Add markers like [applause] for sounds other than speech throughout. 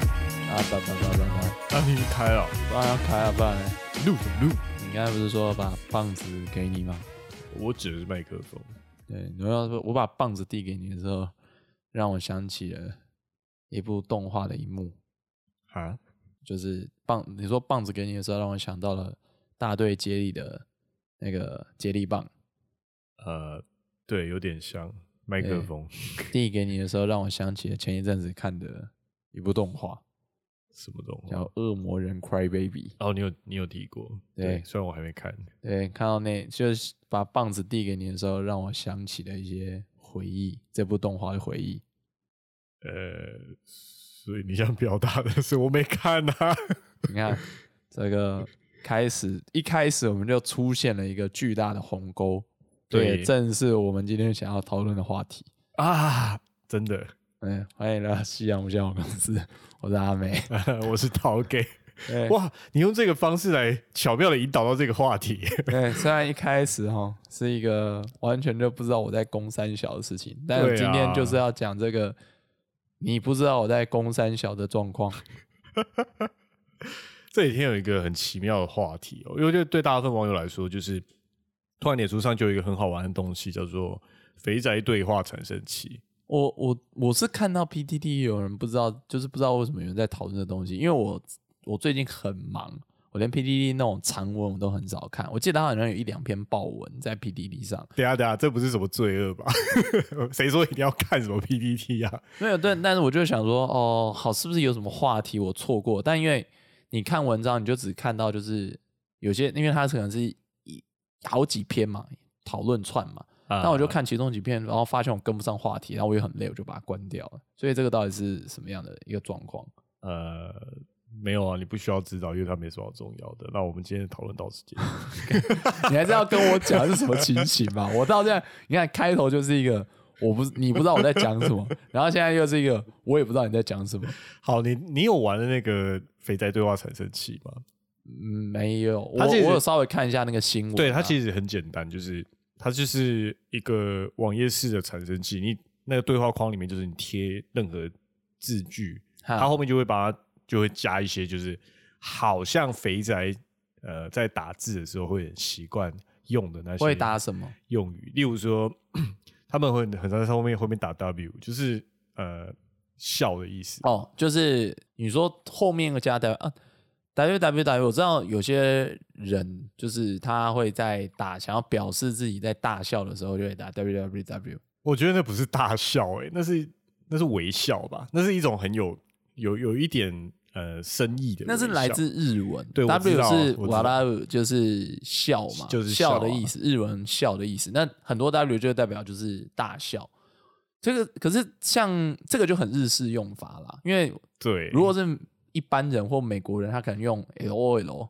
叭叭叭叭那你开了，叭，不然要开啊，不然嘞录录，你刚才不是说把棒子给你吗？我指的是麦克风。对，你要说我把棒子递给你的时候，让我想起了一部动画的一幕，啊，就是棒，你说棒子给你的时候，让我想到了大队接力的那个接力棒，呃，对，有点像麦克风，递给你的时候，让我想起了前一阵子看的一部动画，什么东西？叫《恶魔人 Cry Baby》。哦，你有你有提过，对虽然我还没看，对，看到那就是把棒子递给你的时候，让我想起了一些回忆，这部动画的回忆。呃，所以你想表达的是我没看啊，你看 [laughs] 这个开始，一开始我们就出现了一个巨大的鸿沟，这也对正是我们今天想要讨论的话题。 [laughs] 啊，真的， [laughs] 嗯，欢迎来到夕阳无限好公司，我是阿美。我是陶给。 [laughs] 对哇，你用这个方式来巧妙的引导到这个话题，对，虽然一开始哈是一个完全就不知道我在攻三小的事情，但对今天啊就是要讲这个，你不知道我在攻三小的状况。这几天有一个很奇妙的话题哦，因为我觉得对大部分网友来说，就是突然脸书上就有一个很好玩的东西，叫做“肥宅对话产生器我我我是看到 PTT 有人不知道，就是不知道为什么有人在讨论这东西，因为我我最近很忙，我连 PTT 那种长文我都很少看。我记得他好像有一两篇爆文在 PTT 上，”。等一下等一下，这不是什么罪恶吧？ [laughs] 谁说一定要看什么 PPT 啊？没有但但是我就想说，哦，好，是不是有什么话题我错过？但因为你看文章，你就只看到就是有些，因为它可能是一好几篇嘛，讨论串嘛，啊那我就看其中几篇，然后发现我跟不上话题，然后我也很累，我就把它关掉了。所以这个到底是什么样的一个状况？呃，没有啊，你不需要知道，因为它没什么好重要的。那我们今天的讨论到此结束。 [laughs] 你还是要跟我讲是什么情形吧？我到现在，你看开头就是一个我不你不知道我在讲什么，然后现在又是一个我也不知道你在讲什么。好，你你有玩的那个肥宅对话产生器吗？嗯，没有，我它其实我有稍微看一下那个新闻啊、对，它其实很简单，就是它就是一个网页式的产生器。你那个对话框里面，就是你贴任何字句，哈它后面就会把它就会加一些，就是好像肥宅呃在打字的时候会很习惯用的那些会打什么？用语，例如说 [coughs] 他们会很常在后面后面打 W，就是呃笑的意思。哦，就是你说后面加 W 啊，W W W，我知道有些人就是他会在打，想要表示自己在大笑的时候就会打 W W W。我觉得那不是大笑、欸，那是那是微笑吧，那是一种很有有有一点呃深意的微笑，那是来自日文，对我知 w 道是我知道瓦拉鲁，就是笑嘛，就是笑笑啊的意思，日文笑的意思。那很多 W 就代表就是大笑。这个可是像这个就很日式用法啦，因为对，如果是一般人或美国人，他可能用 L O L，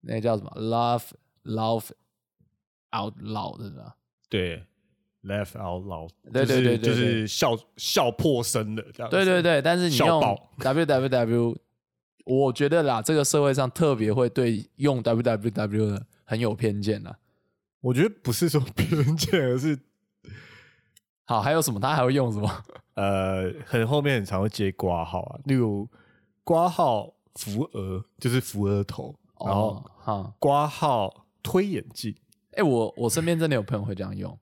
那个叫什么 Love Love Out Loud 是吧？对 laugh out loud，对对对对就对是就是笑笑破声的这样子，对对对，但是你啊笑用爆 W W W，我觉得啦，这个社会上特别会对用 W W W 的很有偏见啦。我觉得不是说 [laughs] 偏见，而是好，还有什么？他还会用什么？呃，很后面很常会接挂号啊，例如挂号扶额，就是扶额头， [laughs] 然后哦哈，挂号推眼镜， [laughs] 哎、我我身边真的有朋友会这样用，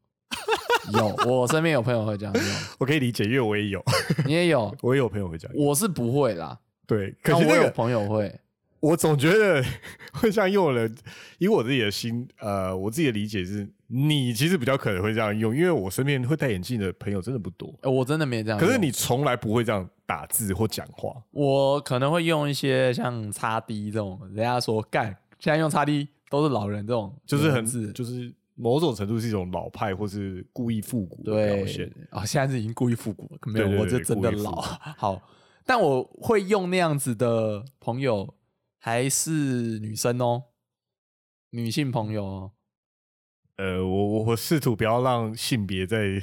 有，我身边有朋友会这样用，我可以理解，因为我也有， [laughs] 你也有，我也有朋友会这样。我是不会啦，对，可但是我那有个朋友会，我总觉得会这样用的人，以我自己的心，呃，我自己的理解是，你其实比较可能会这样用，因为我身边会戴眼镜的朋友真的不多。哎我真的没这样可用。是你从来不会这样打字或讲话，我可能会用一些像叉 D 这种，人家说干，现在用叉 D 都是老人这种就文字，是很就是某种程度是一种老派或是故意复古的对表现。哦，现在是已经故意复古了，没有，对对我这对真的故意复老古。好，但我会用那样子的朋友还是女生哦，女性朋友哦。呃，我我我试图不要让性别在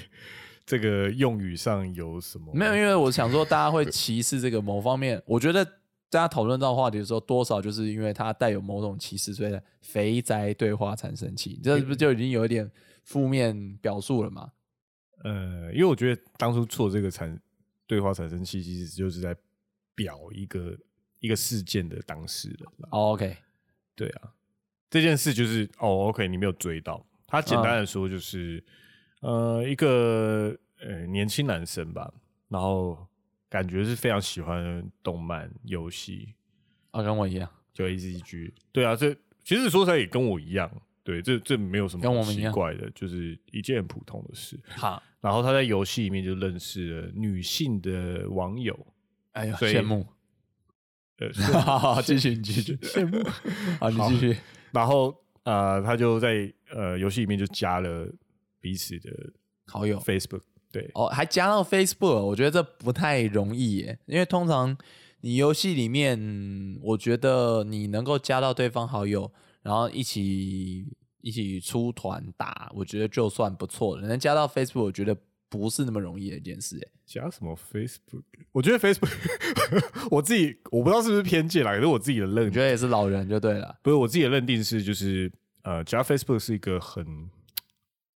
这个用语上有什么没有，因为我想说，大家会歧视这个某方面。我觉得大家讨论到话题的时候，多少就是因为它带有某种歧视，所以肥宅对话产生器，这嗯不就已经有一点负面表述了嘛？呃，因为我觉得当初做这个产对话产生器，其实就是在表一个一个事件的当事人啦。哦 OK，对啊，这件事就是哦，OK，你没有追到。他简啊单的说就是，呃，一个呃年轻男生吧，然后感觉是非常喜欢动漫游戏，啊，跟我一样，就 A C G。对啊，这其实说起来也跟我一样，对，这这没有什么跟我们一奇样怪的，就是一件很普通的事。好，然后他在游戏里面就认识了女性的网友，哎呦， [laughs] 所以羡 [laughs] 慕，呃， [laughs] 哈哈，继续，你继续，羡慕，好，你继续，然后呃，他就在呃游戏里面就加了彼此的好友 Facebook，对，哦，还加到 Facebook，我觉得这不太容易耶，因为通常你游戏里面，嗯我觉得你能够加到对方好友，然后一起一起出团打，我觉得就算不错了。能加到 Facebook，我觉得不是那么容易的一件事耶。加什么 Facebook？我 [laughs] 觉得 Facebook，我自己我不知道是不是偏见啦，可是我自己的认我觉得也是老人就对了，不是我自己的认定是，就是呃，加 Facebook 是一个很，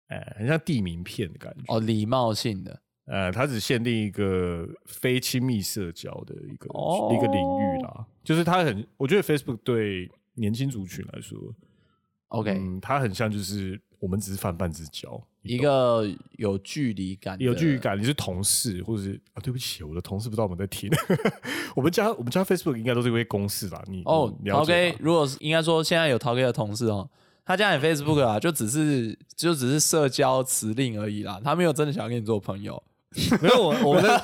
呃，很像地名片的感觉。哦，礼貌性的呃，它只限定一个非亲密社交的一个、哦一个领域啦，就是它很，我觉得 Facebook 对年轻族群来说， ，OK，、嗯，它很像就是我们只是泛泛之交，一个有距离感，有距离。感，你是同事，或者是啊，对不起，我的同事不知道我们在听。 [laughs] 我们家我们家 Facebook 应该都是因为公式啦，你哦你，嗯了陶解啊 K，吧如果是应该说现在有陶 K 的同事哦，他加你 Facebook 啊，就只是就只是社交辞令而已啦，他没有真的想要跟你做朋友。没有我我 [laughs] 们的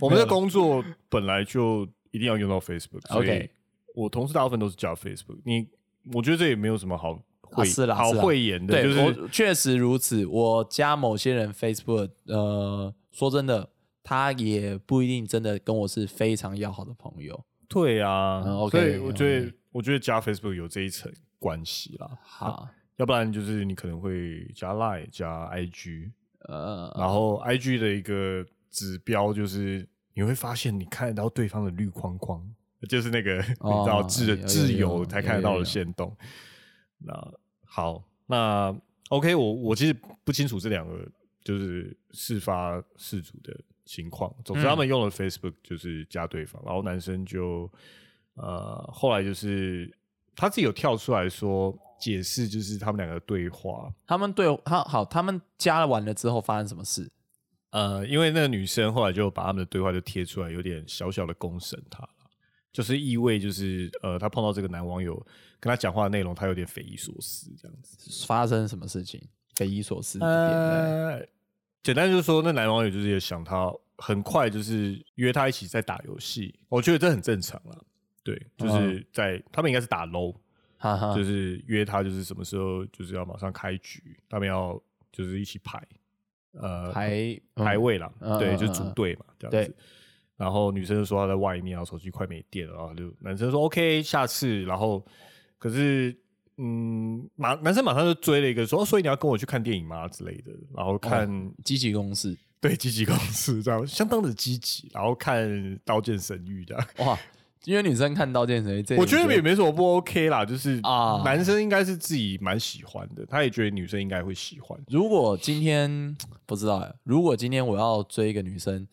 我们的工作本来就一定要用到 Facebook，所以 OK 我同事大部分都是加 Facebook，你我觉得这也没有什么好啊会、是啦好是啦会演的，对，嗯就我是确实如此。我加某些人 Facebook，呃，说真的，他也不一定真的跟我是非常要好的朋友。对啊，嗯所，OK，以我觉得 OK 我觉得加 Facebook 有这一层关系啦，好，要不然就是你可能会加 Line 加 IG，呃，然后 I G 的一个指标就是你会发现你看得到对方的绿框框，就是那个、哦 [laughs] 你知道自有自有有由才看得到有有有的线动。那好，那 OK，我我其实不清楚这两个就是事发事主的情况。总之，嗯他们用了 Facebook 就是加对方，然后男生就呃后来就是他自己有跳出来说解释，就是他们两个的对话。他们对他好，他们加了完了之后发生什么事？呃，因为那个女生后来就把他们的对话就贴出来，有点小小的公审他了，就是意味就是呃，她碰到这个男网友跟她讲话的内容，她有点匪夷所思这样子。发生什么事情？匪夷所思的点。呃，简单就是说，那男网友就是也想她，很快就是约她一起在打游戏，我觉得这很正常了。对，就是在、他们应该是打 low，哈哈就，是约他，就是什么时候就是要马上开局，他们要就是一起排，呃，排排位啦，嗯对，嗯就嗯组嗯队嘛，这样子对。然后女生就说她在外面，然后手机快没电了，然后就男生说 OK，下次。然后可是，嗯，马男生马上就追了一个说，哦所以你要跟我去看电影吗之类的，然后看、积极攻势。 [laughs] 对积极公司这样，相当的积极，然后看《刀剑神域》这样。哇，因为女生看到健身，这我觉得也没什么不 OK 啦，就是啊男生应该是自己蛮喜欢的，他也觉得女生应该会喜欢。如果今天不知道哎，如果今天我要追一个女生，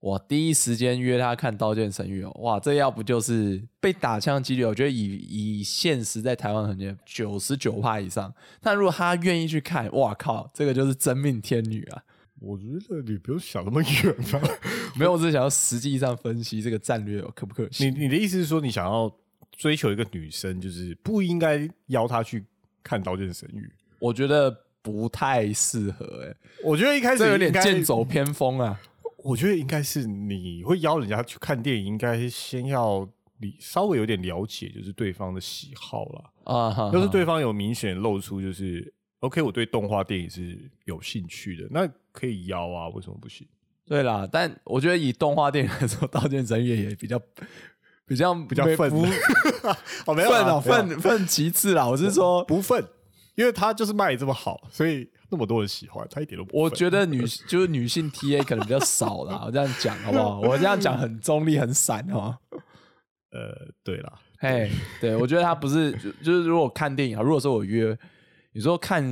我第一时间约她看《刀剑神域》哦，哇，这要不就是被打枪几率？我觉得以以现实在台湾很见九十九趴以上。但如果她愿意去看，哇靠，这个就是真命天女啊！我觉得你不用想那么远吧。没有，我只是想要实际上分析这个战略哦可不可你行？你的意思是说，你想要追求一个女生，就是不应该邀她去看《刀剑神域我觉得不太适合哎，》？我觉得一开始这有点应该剑。走偏锋啊。我觉得应该是你会邀人家去看电影，应该先要你稍微有点了解，就是对方的喜好啦。啊哈，要是对方有明显露出就是 OK，我对动画电影是有兴趣的，那可以邀啊，为什么不行？对啦，但我觉得以动画电影来说，《刀剑神域》也比较比较比比较愤，不哦，没有愤 [laughs] 啊哦，愤愤其次啦。我是说，不愤，因为他就是卖这么好，所以那么多人喜欢他，一点都不愤。我觉得女就是女性 TA 可能比较少啦。我这样讲好不好？我这样讲很中立、很散哦。呃，对啦，嘿，对，我觉得他不是就就是如果看电影啊，如果说我约，你说看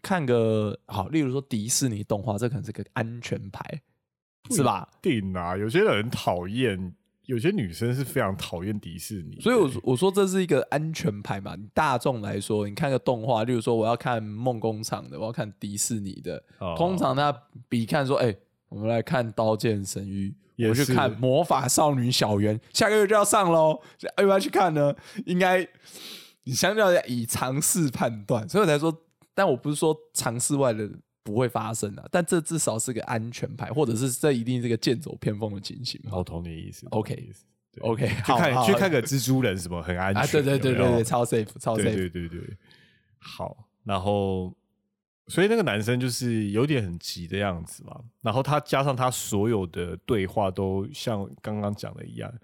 看个好，例如说迪士尼动画，这可能是个安全牌，是吧？定啊，有些人很讨厌，有些女生是非常讨厌迪士尼的，所以我说我说这是一个安全牌嘛。你大众来说，你看个动画，例如说我要看梦工厂的，我要看迪士尼的，哦通常他比看说，哎、我们来看《刀剑神域》，我也们是去看《魔法少女小圆》，下个月就要上喽，要不要去看呢？应该你相较以尝试判断，所以我才说，但我不是说尝试外的。不会发生的、但这至少是个安全牌，或者是这一定是个剑走偏锋的情形嘛。我同你的意思。 OK 同你的意思 OK，去好看好去看个蜘蛛人什么很安全啊，对对对有对没有对，超 safe，超 safe。对对对对，好，然后所以那个男生就是有点很急的样子嘛，然后他加上他所有的对话都像刚刚讲的一样。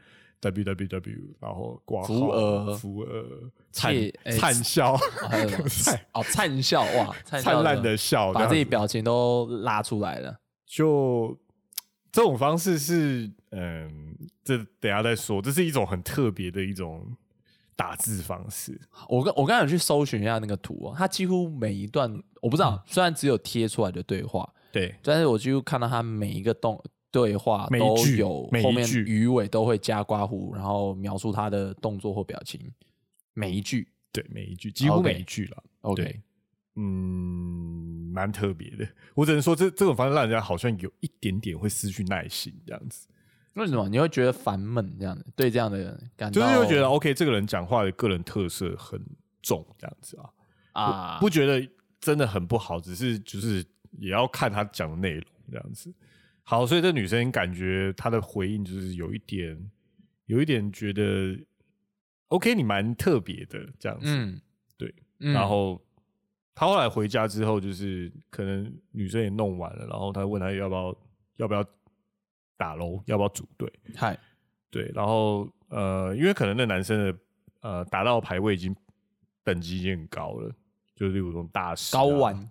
W W W，然后挂号、啊扶额扶额、灿借哎灿笑、还有什么 [laughs] 灿哦，灿笑哇，灿烂的笑，哎把这自己样子表情都拉出来了。就这种方式是，嗯，这等一下再说，这是一种很特别的一种打字方式。我刚我刚才有去搜寻一下那个图啊，他几乎每一段我不知嗯道，虽然只有贴出来的对话，对，但是我几乎看到他每一个动对话每一都句有每一后面句鱼尾都会加刮胡，然后描述他的动作或表情，每一句。对，每一句几乎 OK 每一句了。 OK，对嗯，蛮特别的。我只能说这这种方式让人家好像有一点点会失去耐心，这样子，为什么你会觉得烦闷这样的？对这样的人感就是到会觉得 OK，这个人讲话的个人特色很重，这样子啊，啊，不觉得真的很不好，只是就是也要看他讲的内容这样子。好，所以这女生感觉她的回应就是有一点，有一点觉得 OK，你蛮特别的这样子。嗯，对嗯，然后他后来回家之后，就是可能女生也弄完了，然后他问他要不要要不要打楼，要不要组队？嗨，对，然后呃，因为可能那男生的呃打到的排位已经等级已经很高了，就是例如说大师、啊高，玩哦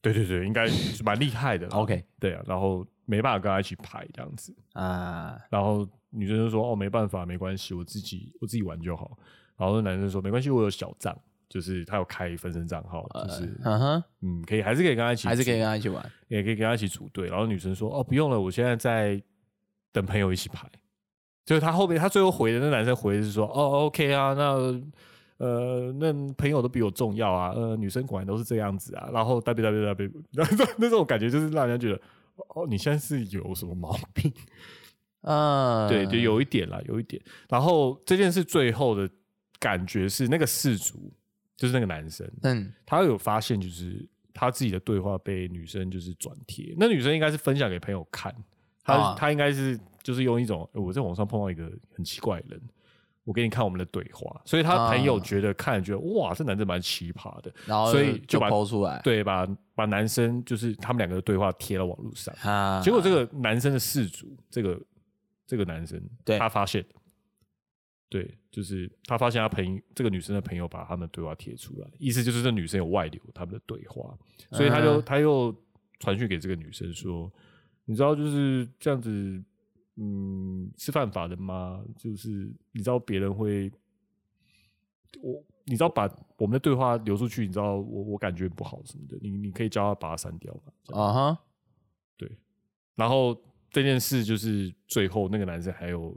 对对对，应该是蛮厉害的啦。 OK 对啊，然后没办法跟他一起排这样子，啊，然后女生就说：“哦，没办法，没关系，我自己我自己玩就好。”然后那男生说：“没关系，我有小账，就是他有开分身账号，就是、嗯哼，呃嗯，可以，还是可以跟他一起，还是可以跟，他一起玩。也可以跟他一起组队。”然后女生说：“哦，不用了，我现在在等朋友一起排。”就是他后面他最后回的那男生回的是说：“哦，OK 啊，那。”呃，那朋友都比我重要啊，呃，女生果然都是这样子啊，然后 w w w，然后那种感觉就是让人家觉得，哦，你现在是有什么毛病？嗯，对，就有一点啦，有一点。然后这件事最后的感觉是，那个氏族就是那个男生，嗯他有发现，就是他自己的对话被女生就是转贴，那女生应该是分享给朋友看，他、啊他应该是就是用一种、呃我在网上碰到一个很奇怪的人。我给你看我们的对话，所以他朋友啊觉得看觉得哇，这男生蛮奇葩的，然后所以就就把抛出来，对，把把男生就是他们两个的对话贴到网络上，啊，结果这个男生的事主，这个这个男生，对他发现，对，就是他发现他朋友这个女生的朋友把他们的对话贴出来，意思就是这女生有外流他们的对话，所以他就、嗯他又传讯给这个女生说，你知道就是这样子，嗯，是犯法的吗？就是你知道别人会，我你知道把我们的对话流出去，你知道我我感觉不好什么的，你你可以叫他把它删掉吗？啊哈，然后这件事就是最后那个男生还有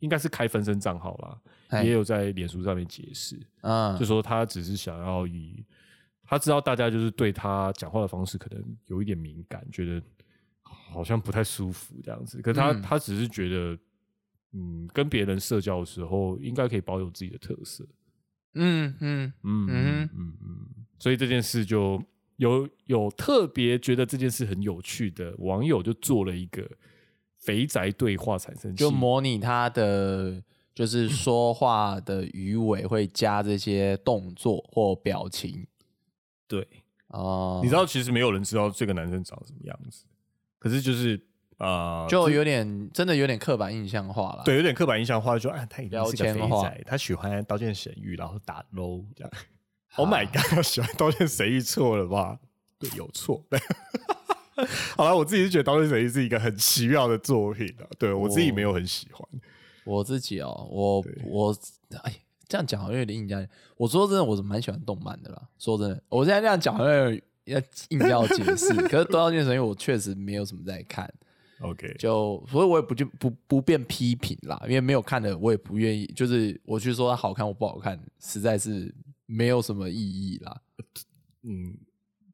应该是开分身账号啦，嘿也有在脸书上面解释，嗯就说他只是想要以他知道大家就是对他讲话的方式可能有一点敏感，觉得好像不太舒服这样子，可他、嗯他只是觉得。嗯，跟别人社交的时候，应该可以保有自己的特色。嗯嗯嗯嗯哼嗯嗯，所以这件事就有有特别觉得这件事很有趣的网友就做了一个肥宅对话产生器，就模拟他的就是说话的鱼尾会加这些动作或表情对，哦，你知道其实没有人知道这个男生长什么样子，可是就是啊，呃就有点真的有点刻板印象化了。对有点刻板印象化，就说啊他一定是个标肥签化宅，他喜欢刀剑神域，然后打 low 这样。Oh my god！他喜欢刀剑神域错了吧？对，有错。 [laughs] 好了，我自己是觉得《刀剑神域》是一个很奇妙的作品啊，对我自己没有很喜欢。我自己哦，我对我哎，这样讲好像有点硬加。我说真的，我是蛮喜欢动漫的啦。说真的，我现在这样讲好像有点要硬要解释，可是《多刀剑神域》我确实没有什么在看。 OK，就所以我也不就不不便批评啦，因为没有看的我也不愿意，就是我去说它好看或不好看，实在是没有什么意义啦。嗯，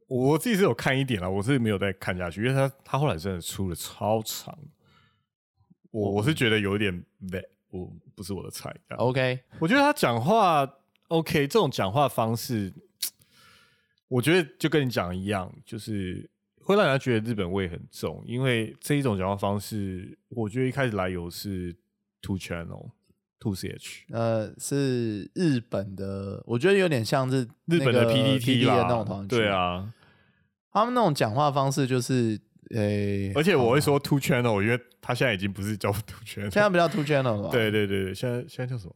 我自己是有看一点啦，我是没有再看下去，因为他他后来真的出了超长，我哦我是觉得有点没，我不是我的菜。这样 OK，我觉得他讲话 OK，这种讲话方式，我觉得就跟你讲一样，就是会让人家觉得日本味很重，因为这一种讲话方式，我觉得一开始来由是 Two Channel Two CH，呃，是日本的，我觉得有点像是日本的那个 PTT 的啦，那种团对，啊，他们那种讲话方式就是，诶、而且我会说 Two Channel，因为他现在已经不是叫 Two 哦现 Channel，在不叫 Two Channel 了吧？ [laughs] 对对对对，现在现在叫什么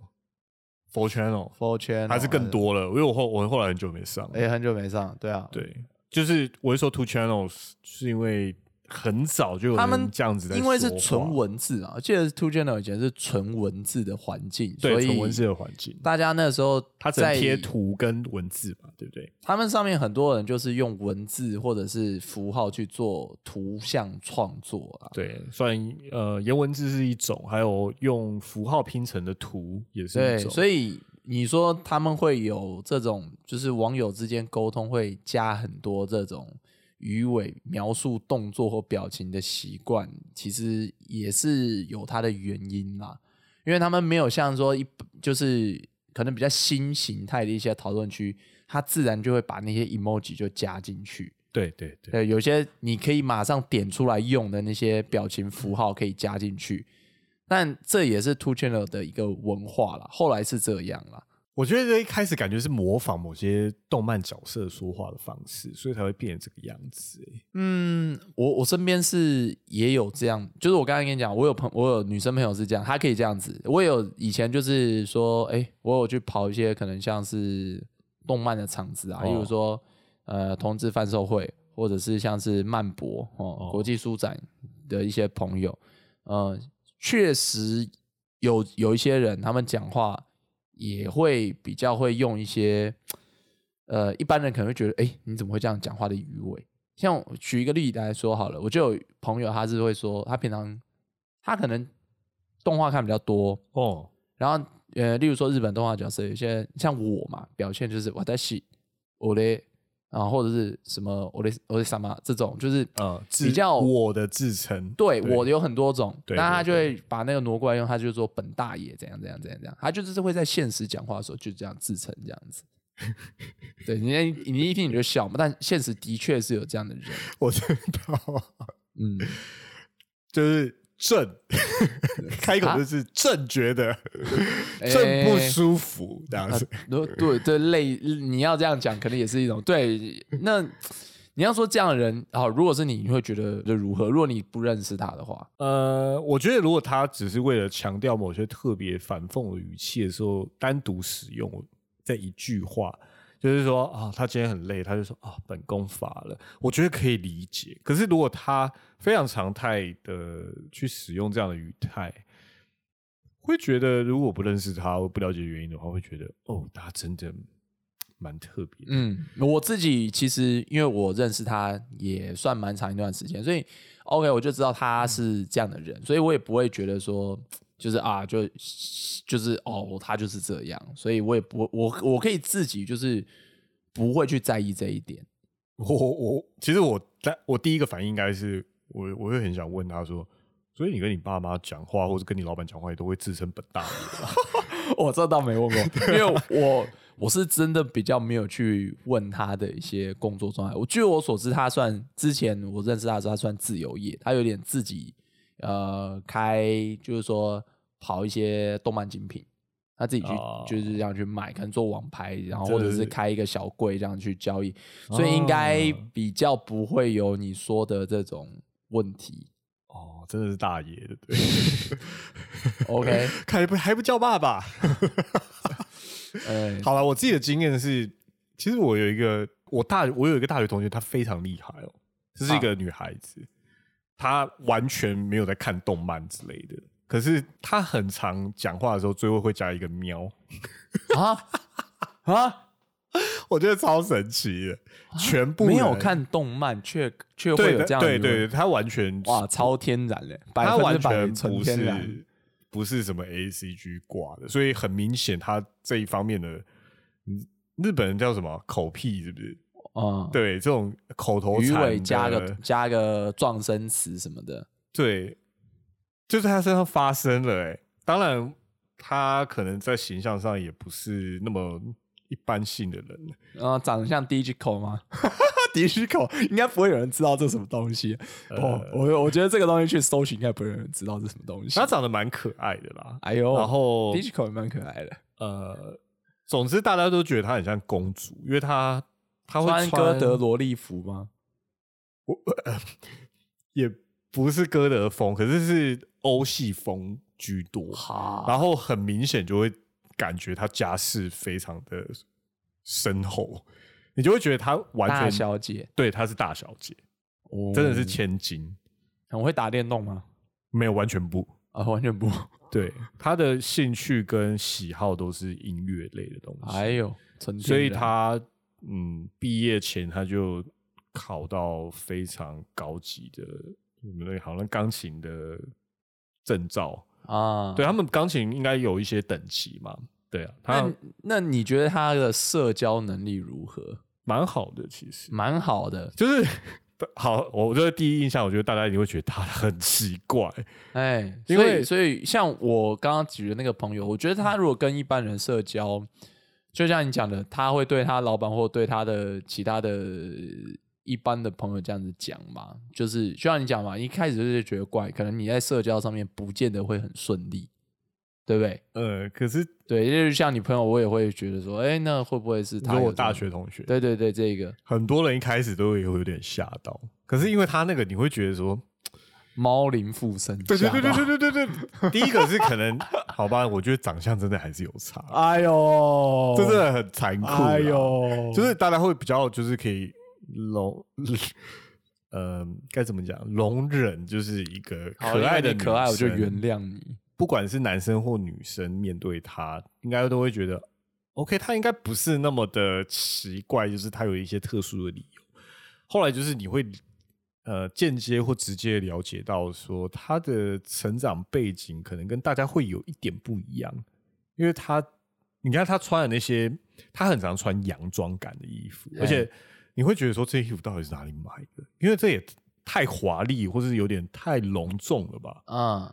Four Channel ，Four Channel 还是更，多了，因为我后我后来很久没上了，诶、很久没上，对啊，对，就是我会说 Two Channels，是因为很早就有他们人这样子在因为是说话纯文字啊，我记得 Two Channel 以前是纯文字的环境，所对以纯文字的环境，大家那时候它只能在贴图跟文字嘛，对不对？他们上面很多人就是用文字或者是符号去做图像创作啊。对，算呃颜文字是一种，还有用符号拼成的图也是对一，种。所以你说他们会有这种，就是网友之间沟通会加很多这种鱼尾描述动作或表情的习惯，其实也是有它的原因啦。因为他们没有像说一就是可能比较新形态的一些讨论区，它自然就会把那些 emoji 就加进去。对对对对，有些你可以马上点出来用的那些表情符号可以加进去，但这也是 Two Channel 的一个文化啦。后来是这样啦，我觉得一开始感觉是模仿某些动漫角色说话的方式，所以才会变成这个样子、欸。嗯，我我身边是也有这样，就是我刚才跟你讲，我有朋我有女生朋友是这样，她可以这样子。我有以前就是说，哎、我有去跑一些可能像是动漫的场子啊，哦例如说呃同志贩售会，或者是像是漫博哦哦国际书展的一些朋友，呃，确实有有一些人他们讲话也会比较会用一些。呃，一般人可能会觉得，哎、你怎么会这样讲话的鱼尾？像我举一个例子来说好了，我就有朋友他是会说，他平常他可能动画看比较多，哦，然后呃，例如说日本动画角色，有些像我嘛，表现就是我在洗我的啊，或者是什么我的我的什么这种，就是呃，自比较我的自称，对对我有很多种，对那他就对会把那个挪过来用，他就说本大爷怎样怎样怎样怎样，他就是会在现实讲话的时候就这样自称这样 [laughs] 子。对，你你一听你就笑嘛，但现实的确是有这样的人，我知道。嗯，就是正， [laughs] 开口就是正觉得正不舒服这样啊子。，如对对类，你要这样讲，可能也是一种对。那你要说这样的人，好，如果是你，你会觉得如何？如果你不认识他的话，呃，我觉得如果他只是为了强调某些特别反讽的语气的时候，单独使用这一句话，就是说啊，他今天很累，他就说啊，本宫乏了，我觉得可以理解。可是如果他非常常态的去使用这样的语态，会觉得如果不认识他，我不了解原因的话，会觉得哦，他真的蛮特别的。嗯，我自己其实因为我认识他也算蛮长一段时间，所以 OK，我就知道他是这样的人，所以我也不会觉得说就是啊，就就是哦，他就是这样，所以我也不我我可以自己就是不会去在意这一点。我我其实我在我第一个反应应该是我我会很想问他说，所以你跟你爸妈讲话，或者跟你老板讲话，也都会自称本大爷 [laughs] 吗我这倒没问 [laughs] 过，因为啊我我是真的比较没有去问他的一些工作状态。我据我所知，他算之前我认识他的时候，他算自由业，他有点自己呃开，就是说跑一些动漫精品，他自己去、哦就是这样去买，可能做网拍，然后这或者是是开一个小柜这样去交易，所以应该哦比较不会有你说的这种问题。哦，真的是大爷的，对， [laughs] OK，还不还不叫爸爸？呃，好了，我自己的经验是，其实我有一个我大我有一个大学同学，她非常厉害哦，这是一啊个女孩子，她完全没有在看动漫之类的，可是她很常讲话的时候，最后会加一个喵。啊啊，我觉得超神奇的，全部啊没有人看动漫却却会对有的这样的对疑问对，他完全哇，超天然嘞，百他分之完百全纯不天然。是不是什么 A C G 挂的，所以很明显他这一方面的，嗯日本人叫什么口癖是不是？啊，对，这种口头鱼禅尾的加个加个撞声词什么的，对，就在他身上发生了、欸。哎，当然他可能在形象上也不是那么一般性的人。然后啊长得像 Digico 吗 [laughs] ？Digico 应该不会有人知道这什么东西。哦，我我觉得这个东西去搜寻，应该不会有人知道这什么东西他。长得蛮可爱的啦，哎呦，然后 Digico 也蛮可爱的，呃，总之大家都觉得她很像公主，因为她她会穿穿歌德萝莉服吗？也不是歌德风，可是是欧系风居多，好，然后很明显就会感觉她家世非常的深厚，你就会觉得她大完全小姐，对她是大小姐，哦真的是千金，很哦会打电动吗？没有完全不。啊，完全不。对她的兴趣跟喜好都是音乐类的东西，哎呦，纯天所以然他嗯，毕业前他就考到非常高级的，我们那个好像钢琴的证照。啊，对他们钢琴应该有一些等级嘛？对啊，那他你那你觉得他的社交能力如何？蛮好的，其实蛮好的，就是好。我觉得第一印象，我觉得大家一定会觉得他很奇怪，哎，因所以为所以像我刚刚举的那个朋友，我觉得他如果跟一般人社交，就像你讲的，他会对他老板或对他的其他的一般的朋友这样子讲嘛，就是就像你讲嘛，一开始就是觉得怪，可能你在社交上面不见得会很顺利，对不对？呃，可是对，就是像你朋友，我也会觉得说，哎，那会不会是你他说有我这大种学同学，对对对，这个很多人一开始都会有点吓到，可是因为他那个，你会觉得说，猫灵附身，对对对吓到对对对对对， [laughs] 第一个是可能好吧，我觉得长相真的还是有差，哎呦，这真的很残酷。啊哎，呦，就是大家会比较就是可以容， [laughs] 呃，该怎么讲容忍，就是一个好可爱因为的你可爱，女我就生原。谅你。不管是男生或女生，面对他，应该都会觉得 OK，他应该不是那么的奇怪，就是他有一些特殊的理由。后来就是你会呃间接或直接了解到说他的成长背景可能跟大家会有一点不一样，因为他你看他穿的那些，他很常穿洋装感的衣服，哎而且你会觉得说这衣服到底是哪里买的？因为这也太华丽，或是有点太隆重了吧？啊，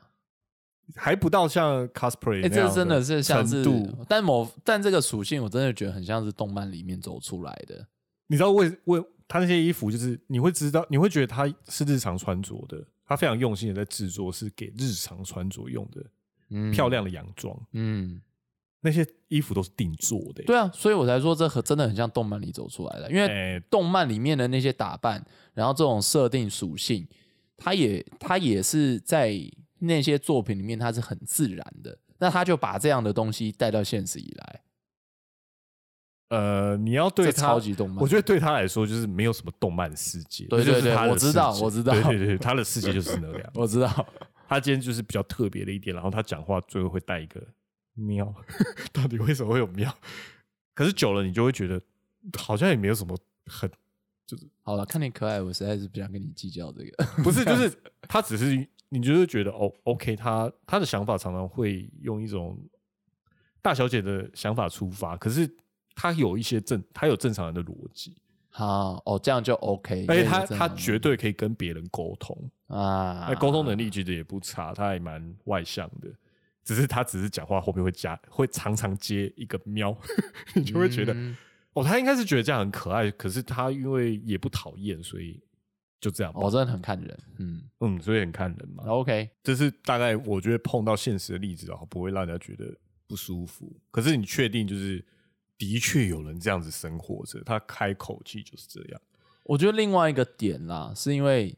还不到像 cosplay 哎，那样这真的是像是程度。，但某但这个属性我真的觉得很像是动漫里面走出来的。你知道为为他那些衣服，就是你会知道，你会觉得他是日常穿着的，他非常用心的在制作，是给日常穿着用的、嗯，漂，亮的洋装。嗯，那些衣服都是定做的、对啊，所以我才说这很真的很像动漫里走出来的，因为哎、动漫里面的那些打扮，然后这种设定属性，它也它也是在那些作品里面，它是很自然的。那他就把这样的东西带到现实以来，呃，你要对这他超级动漫，我觉得对他来说就是没有什么动漫世界，对那就是对对他的我知道世界我知道。对对对，他的世界就是那样我知道，他今天就是比较特别的一点，然后他讲话最后会带一个喵， [laughs] 到底为什么会有喵？可是久了你就会觉得好像也没有什么很好了，看你可爱，我实在是不想跟你计较这个。 [laughs] 不是，就是他只是你就是觉得哦，OK，他他的想法常常会用一种大小姐的想法出发，可是他有一些正他有正常人的逻辑，好哦，这样就 OK。而且他这他样绝对可以跟别人沟通，啊嗯那，沟通能力其实也不差，他还蛮外向的。只是他只是讲话后面会加，会常常接一个喵， [laughs] 你就会觉得、嗯哦，他应该是觉得这样很可爱，可是他因为也不讨厌，所以就这样吧。哦，真的很看人。嗯嗯，所以很看人嘛。 ，OK，这是大概我觉得碰到现实的例子啊，不会让人家觉得不舒服。可是你确定就是的确有人这样子生活着，他开口气就是这样。我觉得另外一个点啦，是因为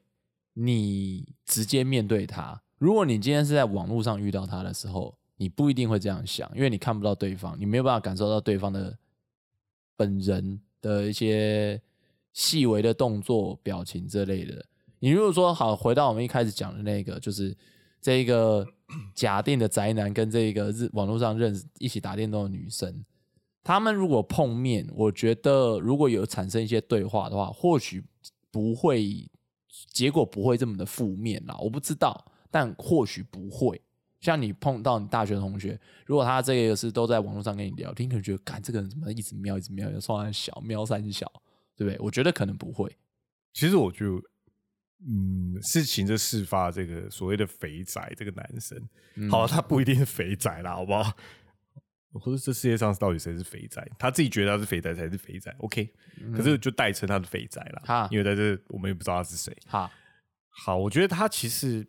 你直接面对他。如果你今天是在网络上遇到他的时候，你不一定会这样想，因为你看不到对方，你没有办法感受到对方的本人的一些细微的动作、表情之类的。你如果说好，回到我们一开始讲的那个，就是这一 [coughs] 个假定的宅男跟这一个日网络上认识一起打电动的女生，他们如果碰面，我觉得如果有产生一些对话的话，或许不会结果不会这么的负面啦。我不知道，但或许不会。像你碰到你大学同学，如果他这个是都在网络上跟你聊天，你可能觉得，干这个人怎么一直瞄一直瞄，有双眼小瞄三小，对不对？我觉得可能不会。其实我觉得，嗯，事情这事发这个所谓的肥宅这个男生，嗯好，他不一定是肥宅啦，好不好？或者这世界上到底谁是肥宅？他自己觉得他是肥宅才是肥宅，OK？可嗯是就代称他是肥宅啦哈，因为在这我们也不知道他是谁。好，好，我觉得他其实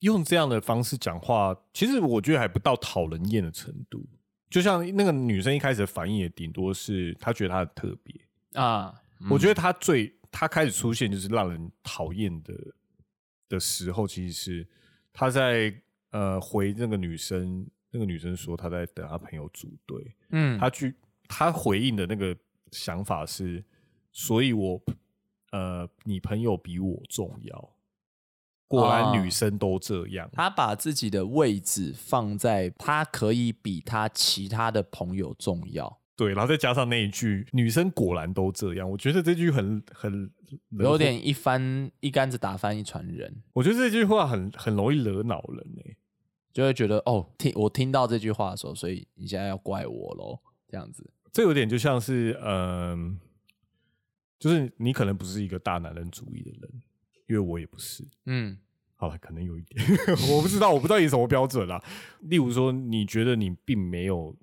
用这样的方式讲话，其实我觉得还不到讨人厌的程度。就像那个女生一开始的反应，也顶多是她觉得她很特别。啊，我觉得她最她开始出现就是让人讨厌的的时候，其实是她在呃回那个女生，那个女生说她在等她朋友组队，嗯，他去他回应的那个想法是，所以我呃，你朋友比我重要。果然哦女生都这样，他把自己的位置放在他可以比他其他的朋友重要，对，然后再加上那一句“女生果然都这样”，我觉得这句很很惹有，点一翻一竿子打翻一船人，我觉得这句话很很容易惹恼人欸诶、就会觉得哦，听我听到这句话的时候，所以你现在要怪我喽，这样子。这有点就像是嗯、就是你可能不是一个大男人主义的人，因为我也不是，嗯好了，可能有一点， [laughs] 我不知道，我不知道以什么标准啦。例如说，你觉得你并没有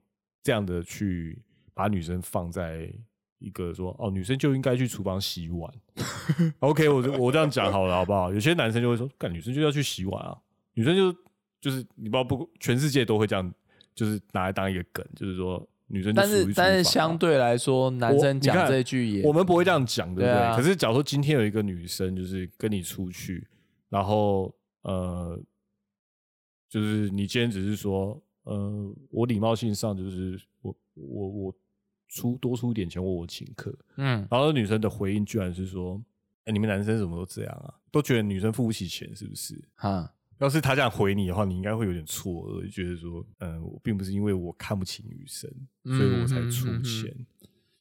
这样的去把女生放在一个说哦，女生就应该去厨房 [laughs] 洗碗。OK，我就我这样讲好了，好不好？有些男生就会说，干女生就要去洗碗啊，女生就就是你不知道不，全世界都会这样，就是拿来当一个梗，就是说女生就但属于是厨房啊但是相对来说，男我生你看讲这句也我们不会这样讲，对不对？对啊可是假如说今天有一个女生，就是跟你出去，然后呃，就是你今天只是说，呃，我礼貌性上就是我我我出多出一点钱，我我请客，嗯然后女生的回应居然是说，哎，你们男生怎么都这样啊？都觉得女生付不起钱是不是？啊要是他这样回你的话，你应该会有点错愕，就觉得说，嗯、我并不是因为我看不起女生，所以我才出嗯嗯嗯嗯钱。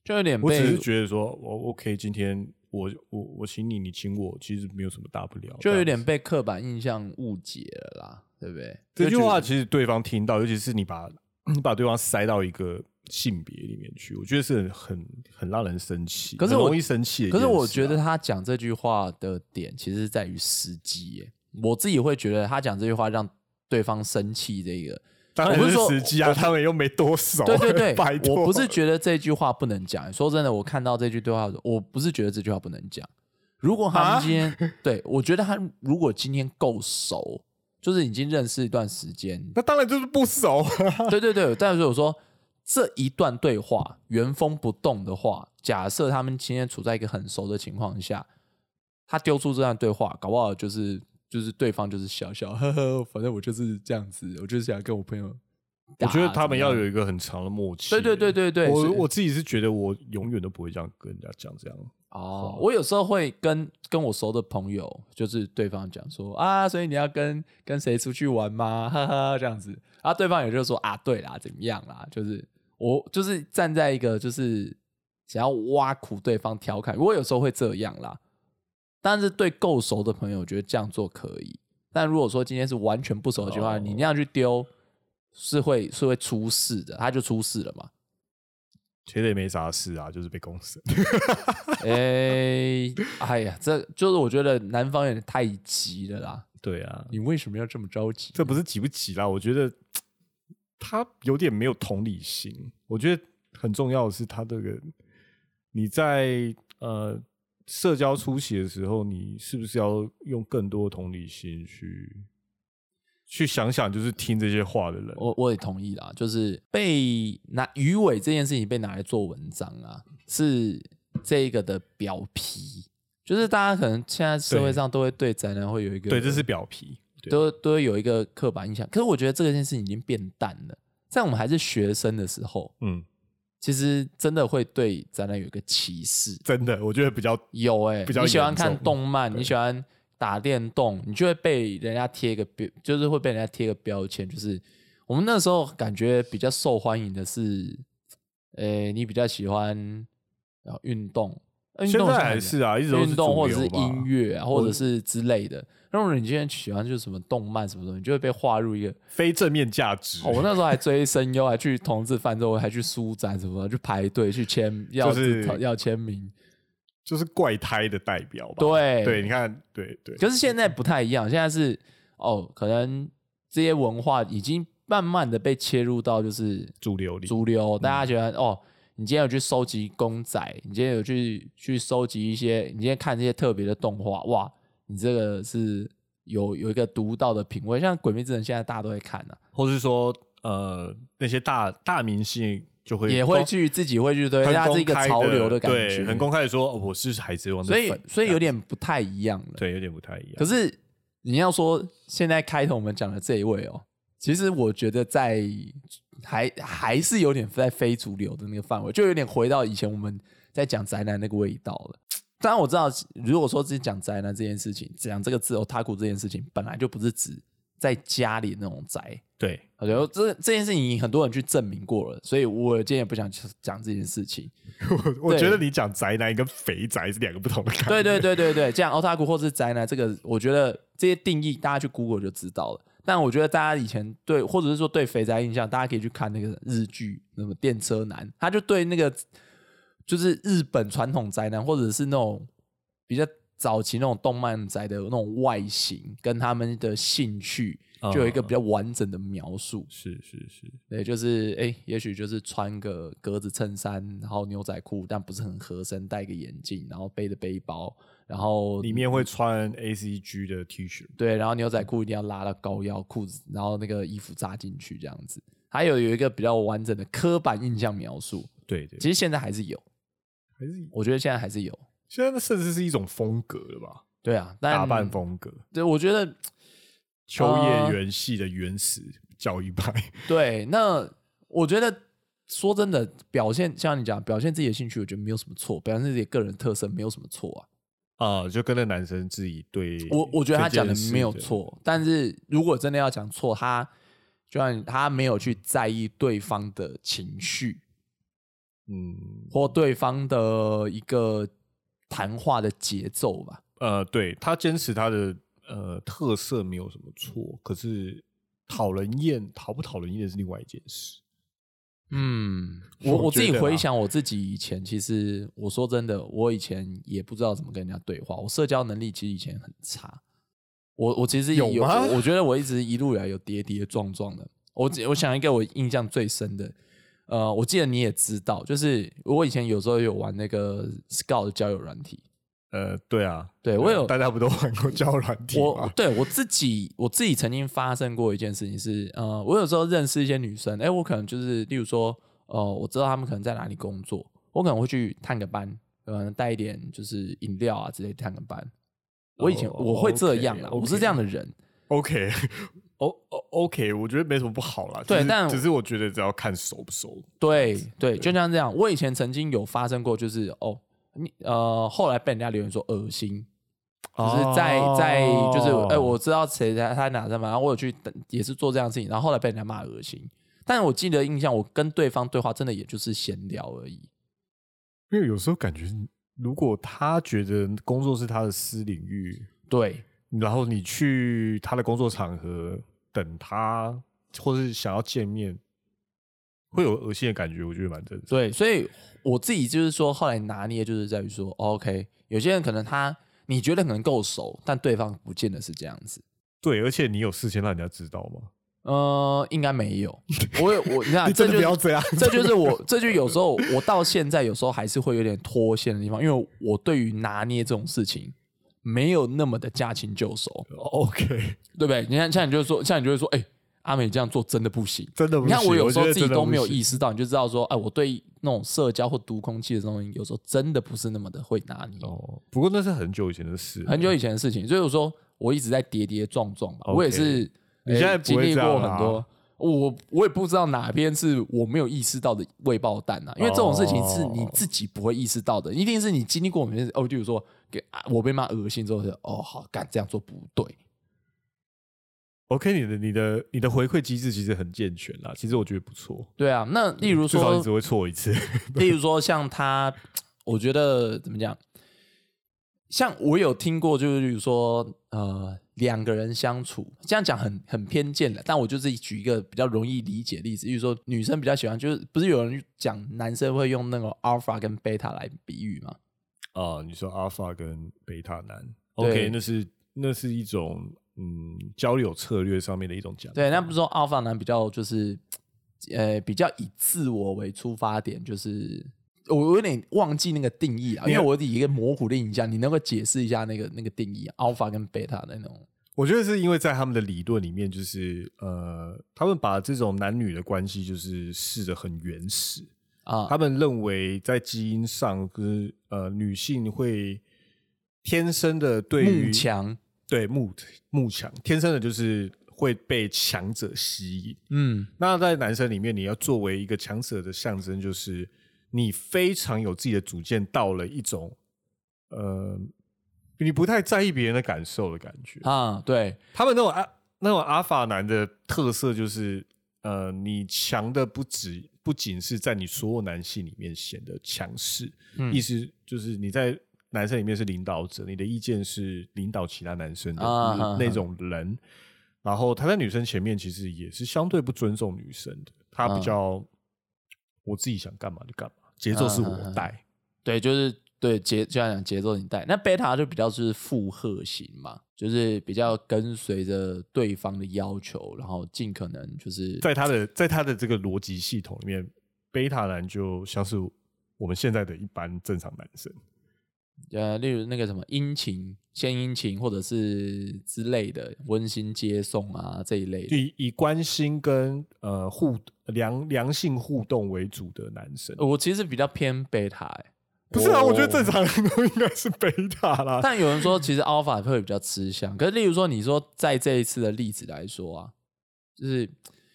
就有点我只嗯被是觉得说，我 OK，今天我我我请你，你请我，其实没有什么大不了。就有点被被刻板印象误解了啦，对不对？这就句觉得话，其实对方听到，尤其是你把你把对方塞到一个性别里面去，我觉得是很很很让人生气，可是很我容易生气的一可件事是啊。我觉得他讲这句话的点，其实是在于时机耶。我自己会觉得他讲这句话让对方生气，这个当然我不是是说时机啊，他们又没多熟。对对 [laughs] 拜对，托，我不是觉得这句话不能讲。说真的，我看到这句对话的时候，我不是觉得这句话不能讲。如果他啊们今天、对我觉得他如果今天够熟，就是已经认识一段时 [laughs] 间，那当然就是不熟 [laughs] 啊。对对对，但是我说这一段对话原封不动的话，假设他们今天处在一个很熟的情况下，他丢出这段对话，搞不好就是就是对方就是笑笑呵呵，反正我就是这样子，我就是想跟我朋友我打。觉得他们要怎么样有一个很长的默契。啊对对对对对，我是我自己是觉得我永远都不会这样跟人家讲这样。哦，我有时候会跟跟我熟的朋友，就是对方讲说啊，所以你要跟跟谁出去玩吗？哈哈，这样子，啊，对方也就说啊，对啦，怎么样啦？就是我就是站在一个就是想要挖苦对方调侃，我有时候会这样啦。但是对够熟的朋友，我觉得这样做可以。但如果说今天是完全不熟的情况下，哦你那样去丢，是会是会出事的，他就出事了嘛。其实也没啥事啊，就是被公审。 [laughs] 哎，哎呀，这就是我觉得南方有点太急了啦。对啊，你为什么要这么着急？这不是急不急啦，我觉得他有点没有同理心。我觉得很重要的是他这个你在呃社交出席的时候，你是不是要用更多的同理心去去想想，就是听这些话的人，我我也同意啦，就是被拿鱼尾这件事情被拿来做文章啊，是这个的表皮。就是大家可能现在社会上都会对宅男会有一个对，这是表皮。对，都都会有一个刻板印象。可是我觉得这件事情已经变淡了，在我们还是学生的时候，嗯，其实真的会对宅男有一个歧视。真的，我觉得比较有哎、比较你喜欢严重看动漫，对你喜欢打电动，你就会被人家贴一个标，就是会被人家贴一个标签，就是我们那时候感觉比较受欢迎的是，诶，你比较喜欢呃运动？呃运现动在好像还很是啊，一直都运是动主或者流是吧音乐啊，或我者是之类的。那如果你今天喜欢就是什么动漫什么东西，你就会被划入一个。非正面价值。哦，我那时候还追声优，还去同志泛舟，还去书展什么的，去排队去签，要就是自要签名。就是怪胎的代表吧？对对，你看，对对，可是现在不太一样，现在是哦，可能这些文化已经慢慢的被切入到就是主流里嗯主流，大家觉得、哦，你今天有去收集公仔，你今天有去去收集一些，你今天看这些特别的动画，哇，你这个是有有一个独到的品味，像《鬼灭之刃》现在大家都会看啊，或是说呃那些大大明星就会也会去自己会去推，很它是一个公开潮流的感对觉，很公开的说、哦我是海贼王的所粉，以所以有点点不太一样了。对有点不太一样。可是你要说现在开头我们讲的这一位哦，其实我觉得在还还是有点在非主流的那个范围，就有点回到以前我们在讲宅男那个味道了。当然我知道，如果说只讲宅男这件事情，讲这个字哦，他古这件事情，本来就不是指在家里那种宅。对， [laughs] [laughs] 我觉得这这件事情很多人去证明过了，所以我今天也不想去讲这件事情。我我觉得你讲宅男跟肥宅是两个不同的概念。对对对对对，这样 otaku 或是宅男，这个我觉得这些定义大家去 Google 就知道了。但我觉得大家以前对，或者是说对肥宅印象，大家可以去看那个日剧，什么电车男，他就对那个就是日本传统宅男，或者是那种比较早期那种动漫宅的那种外形跟他们的兴趣，嗯就有一个比较完整的描述。 [laughs] 是是是，对，就是哎、诶也许就是穿个格子衬衫，然后牛仔裤，但不是很合身，戴个眼镜，然后背着背包，然后里面会穿 A C G 的 T 恤，对，然后牛仔裤一定要拉到高腰，裤子然后那个衣服扎进去这样子。还有有一个比较完整的刻板印象描述，对对，其实现在还是有，还是我觉得现在还是有。现在的甚至是一种风格了吧？对啊，但打扮，风格，对，我觉得秋呃叶原系的原始教育派， [laughs] 对。那我觉得说真的，表现像你讲，表现自己的兴趣，我觉得没有什么错，表现自己的个人特色没有什么错啊。啊、就跟那男生自己对我我觉得他讲的没有这件事错，但是如果真的要讲错，他就算他没有去在意对方的情绪的，嗯，或对方的一个谈话的节奏吧。呃，对他坚持他的呃特色没有什么错，可是讨人厌讨不讨人厌是另外一件事。嗯，我我我自觉己得回啦想我自己以前，其实我说真的，我以前也不知道怎么跟人家对话，我社交能力其实以前很差。我我其实有吗我我觉得我一直一路以来有跌跌撞撞的。我只我想一个我印象最深的，呃，我记得你也知道，就是我以前有时候有玩那个 Scout 的交友软体，呃，对啊，对啊我有大家不都玩过交友软体我吗？对我自己，我自己曾经发生过一件事情是，呃，我有时候认识一些女生，哎，我可能就是，例如说，呃，我知道她们可能在哪里工作，我可能会去探个班，可能带一点就是饮料啊之类探个班。我以前、哦我会这样啦 OK，OK 我是这样的人， OK，o [laughs] O OK，我觉得没什么不好啦。对只是但只是我觉得只要看熟不熟。对对，就像这样，我以前曾经有发生过，就是哦，你呃，后来被人家留言说恶心，就是在在就是哦哎、我知道谁在他哪在嘛，然后我有去也是做这样的事情，然后后来被人家骂恶心。但我记得印象，我跟对方对话真的也就是闲聊而已。因为有时候感觉，如果他觉得工作是他的私领域，对然后你去他的工作场合等他，或是想要见面，会有恶心的感觉，我觉得蛮正常。对，所以我自己就是说，后来拿捏就是在于说、哦 o k 有些人可能他你觉得可能够熟，但对方不见得是这样子。对，而且你有事先让人家知道吗？呃，应该没有。我有我你看， [laughs] 你啊这真的就不要这样 [laughs] 这就是我，这就有时候我到现在有时候还是会有点脱线的地方，因为我对于拿捏这种事情没有那么的驾轻就熟， [laughs] OK，对不对？你看，像你就说，像你就会说，哎、阿美这样做真的不行。真的不你看，行我有我时觉候得自己真的都不没有行意识到，你就知道说，哎，我对那种社交或读空气的东西，有时候真的不是那么的会拿捏。哦，不过那是很久以前的事，很久以前的事情，所以我说我一直在跌跌撞撞吧。 OK 我也是，你呃现在不经会历这样啊过很多啦，我我也不知道哪边是我没有意识到的未爆弹啊，因为这种事情是你哦自己不会意识到的，一定是你经历过某些事哦，比如说给啊我被骂恶心之后是哦好干这样做不对， OK，你的你的你的回馈机制其实很健全啦，其实我觉得不错。对啊，那例如嗯至少说你只，会错一次，例如说像他，我觉得怎么讲？像我有听过，就是比如说，呃，两个人相处，这样讲很很偏见了，但我就是举一个比较容易理解的例子，比如说女生比较喜欢，就是不是有人讲男生会用那个 alpha 跟 beta 来比喻嘛？啊，你说阿法跟贝塔男对，OK，那是那是一种嗯交流策略上面的一种讲法。对，那不是说 alpha 男比较就是，呃，比较以自我为出发点，就是我我有点忘记那个定义啊，因为我有一个模糊的印象，你能够解释一下那个那个定义、啊、alpha 跟 beta 的那种？我觉得是因为在他们的理论里面，就是呃，他们把这种男女的关系就是试得很原始，啊他们认为在基因上，就是呃，女性会天生的对于幕墙，对慕慕强，天生的就是会被强者吸引。嗯，那在男生里面，你要作为一个强者的象征，就是你非常有自己的主见，到了一种呃，你不太在意别人的感受的感觉。啊，对，他们那种阿那种阿法男的特色就是，呃，你强的不止不仅是在你所有男性里面显得强势，嗯意思就是你在男生里面是领导者，你的意见是领导其他男生的、啊哈哈那种人。然后他在女生前面其实也是相对不尊重女生的，他比嗯较、我自己想干嘛就干嘛，节奏是嗯嗯我嗯带。对，就是对节，就像讲节奏你带，那贝塔就比较是附和型嘛，就是比较跟随着对方的要求，然后尽可能就是在他的在他的这个逻辑系统里面，贝塔男就像是我们现在的一般正常男生。呃，例如那个什么殷勤、献殷勤，或者是之类的温馨接送啊这一类就的。以以关心跟呃互良良性互动为主的男生。我其实比较偏贝塔、欸，哦不是啊，我觉得正常人都应该是贝塔啦。 [laughs] 但有人说其实 alpha 会比较吃香。可是例如说，你说在这一次的例子来说啊，就是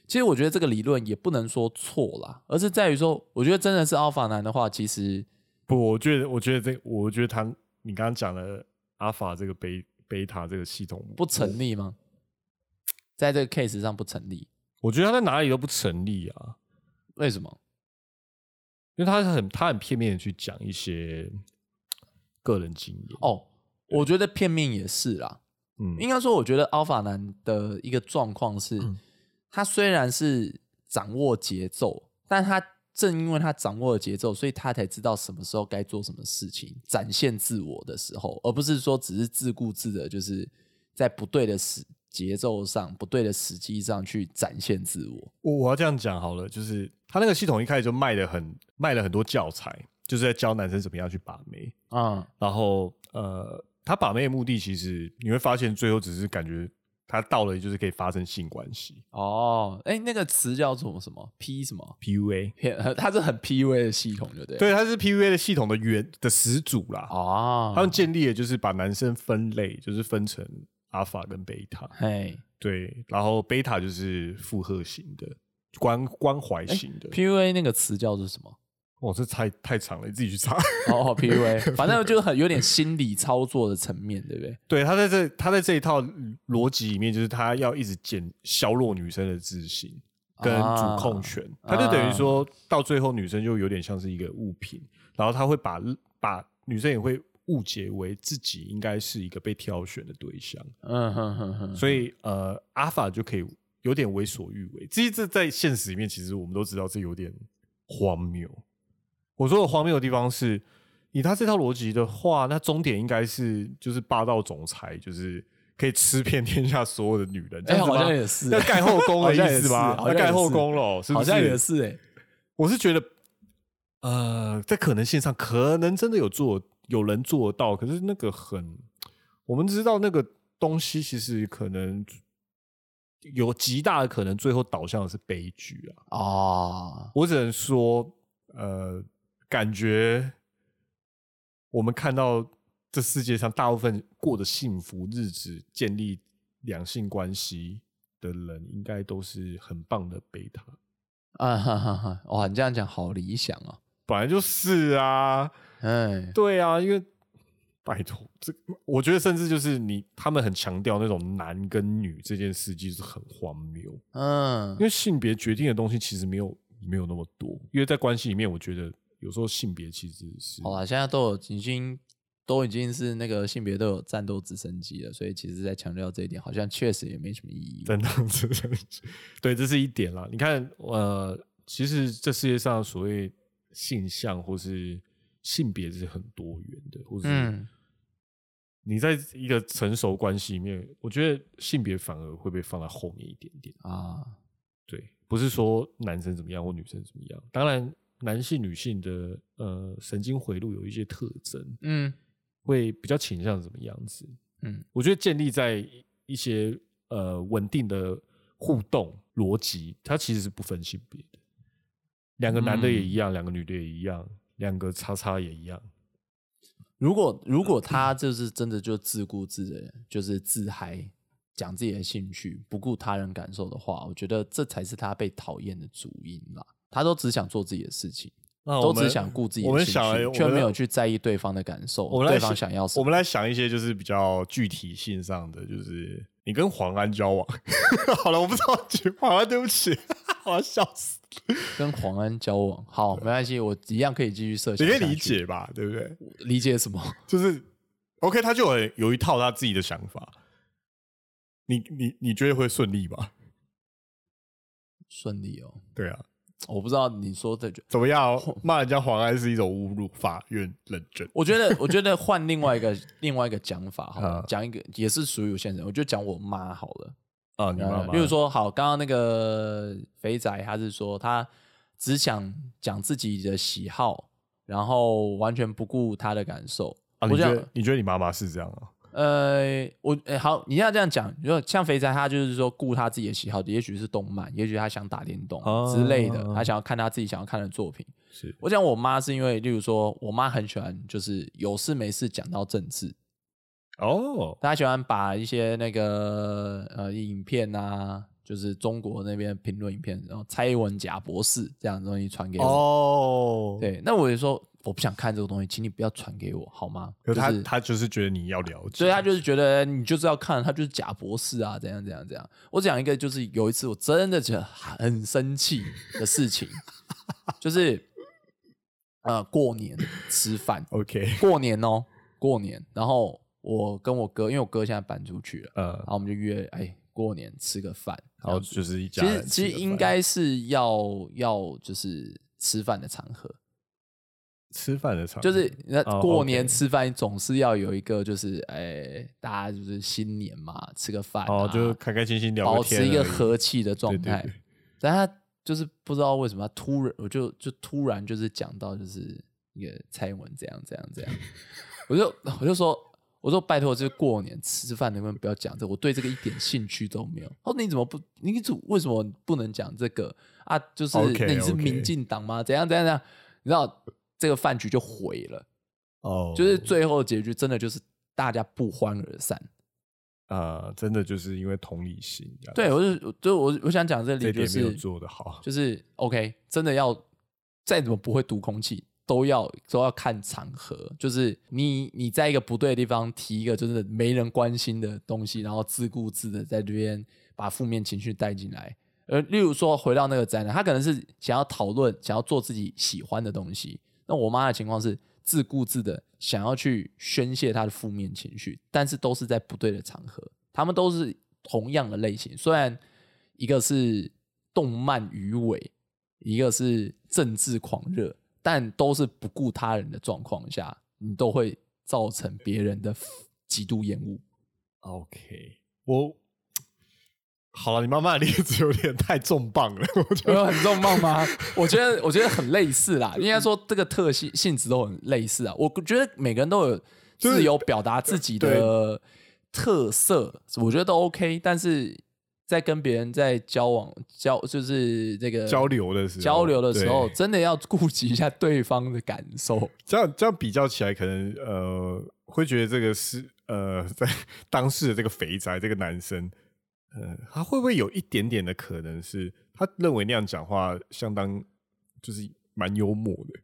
其实我觉得这个理论也不能说错啦，而是在于说，我觉得真的是 alpha 男的话，其实不，我觉得，我觉得这，我觉得他，你刚刚讲的阿法这个贝贝塔这个系统不，成立吗？在这个 case 上不成立，我觉得他在哪里都不成立啊，为什么？因为他是很他很片面的去讲一些个人经验。哦，我觉得片面也是啦。嗯应该说，我觉得 Alpha 男的一个状况是，嗯他虽然是掌握节奏，但他正因为他掌握了节奏，所以他才知道什么时候该做什么事情，展现自我的时候，而不是说只是自顾自的，就是在不对的时节奏上、不对的时机上去展现自我。我我要这样讲好了，就是他那个系统一开始就卖的很卖了很多教材，就是在教男生怎么样去把妹。嗯，然后呃，他把妹的目的其实你会发现，最后只是感觉他到了就是可以发生性关系哦，哎，那个词叫做什么？P 什么？ [laughs] （PUA）。偏，它是很 PUA 的系统，就对。，对，他是 PUA 的系统的原的始祖啦。哦，他们建立的就是把男生分类，就是分成阿法跟贝塔。嘿。对，然后贝塔就是附和型的、关关怀型的。 PUA 那个词叫做什么？哦，这太太长了，你自己去查。 [laughs] [laughs] 哦哦，PUA，反正就是很有点心理操作的层面，对不对？对他在这他在这一套逻辑里面，就是他要一直减削弱女生的自信跟主控权，他就等于说到最后，女生就有点像是一个物品，然后他会把把女生也会误解为自己应该是一个被挑选的对象，嗯哼哼哼，所以呃，阿法就可以有点为所欲为。其实这在现实里面，其实我们都知道这有点荒谬。我说的荒谬的地方是，以他这套逻辑的话，那终点应该是就是霸道总裁，就是可以吃遍天下所有的女人，这哎，样子好吗？像也是要，盖后宫的好像也意是思 [laughs] 吧？好像要也是盖后宫了，是不好像也是？是哎，我是觉得，呃，在可能性上，可能真的有做有人做得到，可是那个很，我们知道那个东西其实可能有极大的可能最后导向的是悲剧啊。哦，我只能说，呃，感觉我们看到这世界上大部分过得幸福日子、建立两性关系的人，应该都是很棒的贝塔。啊哈哈哈，哇，你这样讲好理想哦，本来就是啊，哎，对啊，因为拜托，这我觉得甚至就是你他们很强调那种男跟女这件事，其实很荒谬，嗯因，为性别决定的东西其实没有没有那么多，因为在关系里面，我觉得有时候性别其实是好啦，现在都有已经都已经是那个性别都有战斗直升机了，所以其实在强调这一点，好像确实也没什么意义。真的，真的，对，这是一点啦。你看，呃，其实这世界上所谓性向或是性别是很多元的，或是嗯，你在一个成熟关系里面，我觉得性别反而会被放在后面一点点。啊，对，不是说男生怎么样或女生怎么样，当然男性、女性的呃神经回路有一些特征，嗯会比较倾向怎么样子。嗯，我觉得建立在一些呃稳定的互动逻辑，它其实是不分性别的。两个男的也一样，两、个女的也一样，两个叉叉也一样。如果如嗯果他就是真的就自顾自的，就是自嗨，讲自己的兴趣，不顾他人感受的话，我觉得这才是他被讨厌的主因啦。他都只想做自己的事情，那都只想顾自己我的们兴想趣，却没有去在意对方的感受我，们来对方想要什我么。们来想一些就是比较具体性上的，就是你跟黄安交往。 [laughs] 好了，我不知道 [laughs] 举黄安，对不起，我要笑死。跟黄安交往，好，没关系，我一样可以继续设你想。可以理解吧？对不对？理解什么？ [laughs] 就是 OK，他就很有一套他自己的想法。你你你觉得会顺利吧？顺利哦，对啊，我不知道你说的，怎么样？哦骂人家黄安是一种侮辱，法院认证。我觉得，我觉得换另外一个另外一个讲法好了啊，讲一个也是属于有些人，我就讲我妈好了。啊，你妈呃妈，例如，说，好，刚刚那个肥仔他是说他只想讲自己的喜好，然后完全不顾他的感受。啊、我你觉想得，你觉得你妈妈是这样啊？呃，我、呃好，你要这样讲，就像肥仔，他就是说顾他自己的喜好，也许是动漫，也许他想打电动哦之类的，他想要看他自己想要看的作品。是我讲我妈是因为，例如说，我妈很喜欢就是有事没事讲到政治，哦，她喜欢把一些那个呃影片啊，就是中国那边评论影片，然后蔡英文假博士这样的东西传给我。哦，，对，那我就说我不想看这个东西，请你不要传给我好吗？可是他、就是他就是觉得你要了解，所以他就是觉得哎你就是要看，他就是假博士啊，怎样怎样怎样。我讲一个，就是有一次我真的觉得很生气的事 [laughs] 情，就是呃过年吃饭， OK，过年哦，过年，然后我跟我哥，因为我哥现在搬出去了，呃然，后我们就约，哎，过年吃个饭，这然后样子就是一家其实人其吃个饭，实应该是要要就是吃饭的场合，吃饭的场合，就是那哦过，OK 年吃饭总是要有一个，就是哎、大家就是新年嘛，吃个饭、啊，哦，就开开心心聊保天持一个而已和气的状对态。对对但他就是不知道为什么，他突然我就就突然就是讲到就是一个蔡英文怎样怎样怎样， [laughs] 我就我就说。我说拜托，就是过年吃饭，能不能不要讲这个我对这个一点兴趣都没有。他说你怎么不？你怎么为什么不能讲这个啊？就是那 OK，你是 OK 民进党吗？怎样怎样怎样？你知道这个饭局就毁了。哦，就是最后结局真的就是大家不欢而散。哦啊、真的就是因为同理心这样子，对，我就就我我想讲这里这一就点没有是做的好，就是 OK，真的要再怎么不会读空气，都要都要看场合。就是你你在一个不对的地方提一个真的没人关心的东西，然后自顾自的在这边把负面情绪带进来。呃，例如说回到那个宅男，他可能是想要讨论，想要做自己喜欢的东西。那我妈的情况是自顾自的想要去宣泄她的负面情绪，但是都是在不对的场合，他们都是同样的类型，虽然一个是动漫鱼尾，一个是政治狂热，但都是不顾他人的状况下，你都会造成别人的极度厌恶。 OK，我好了，你妈妈的例子有点太重磅了， [laughs] 我觉得有很重磅 [laughs] 吗？我觉得，我觉得很类似啦。应该说，这个特性性质都很类似啊。我觉得每个人都有就是自由表达自己的特色，我觉得都 OK。但是在跟别人在交往交，就是这个交流的时候，交流的时候，对真的要顾及一下对方的感受。这样这样比较起来，可能呃会觉得这个是呃在 [laughs] 当事的这个肥宅这个男生，呃，他会不会有一点点的可能是他认为那样讲话相当就是蛮幽默的，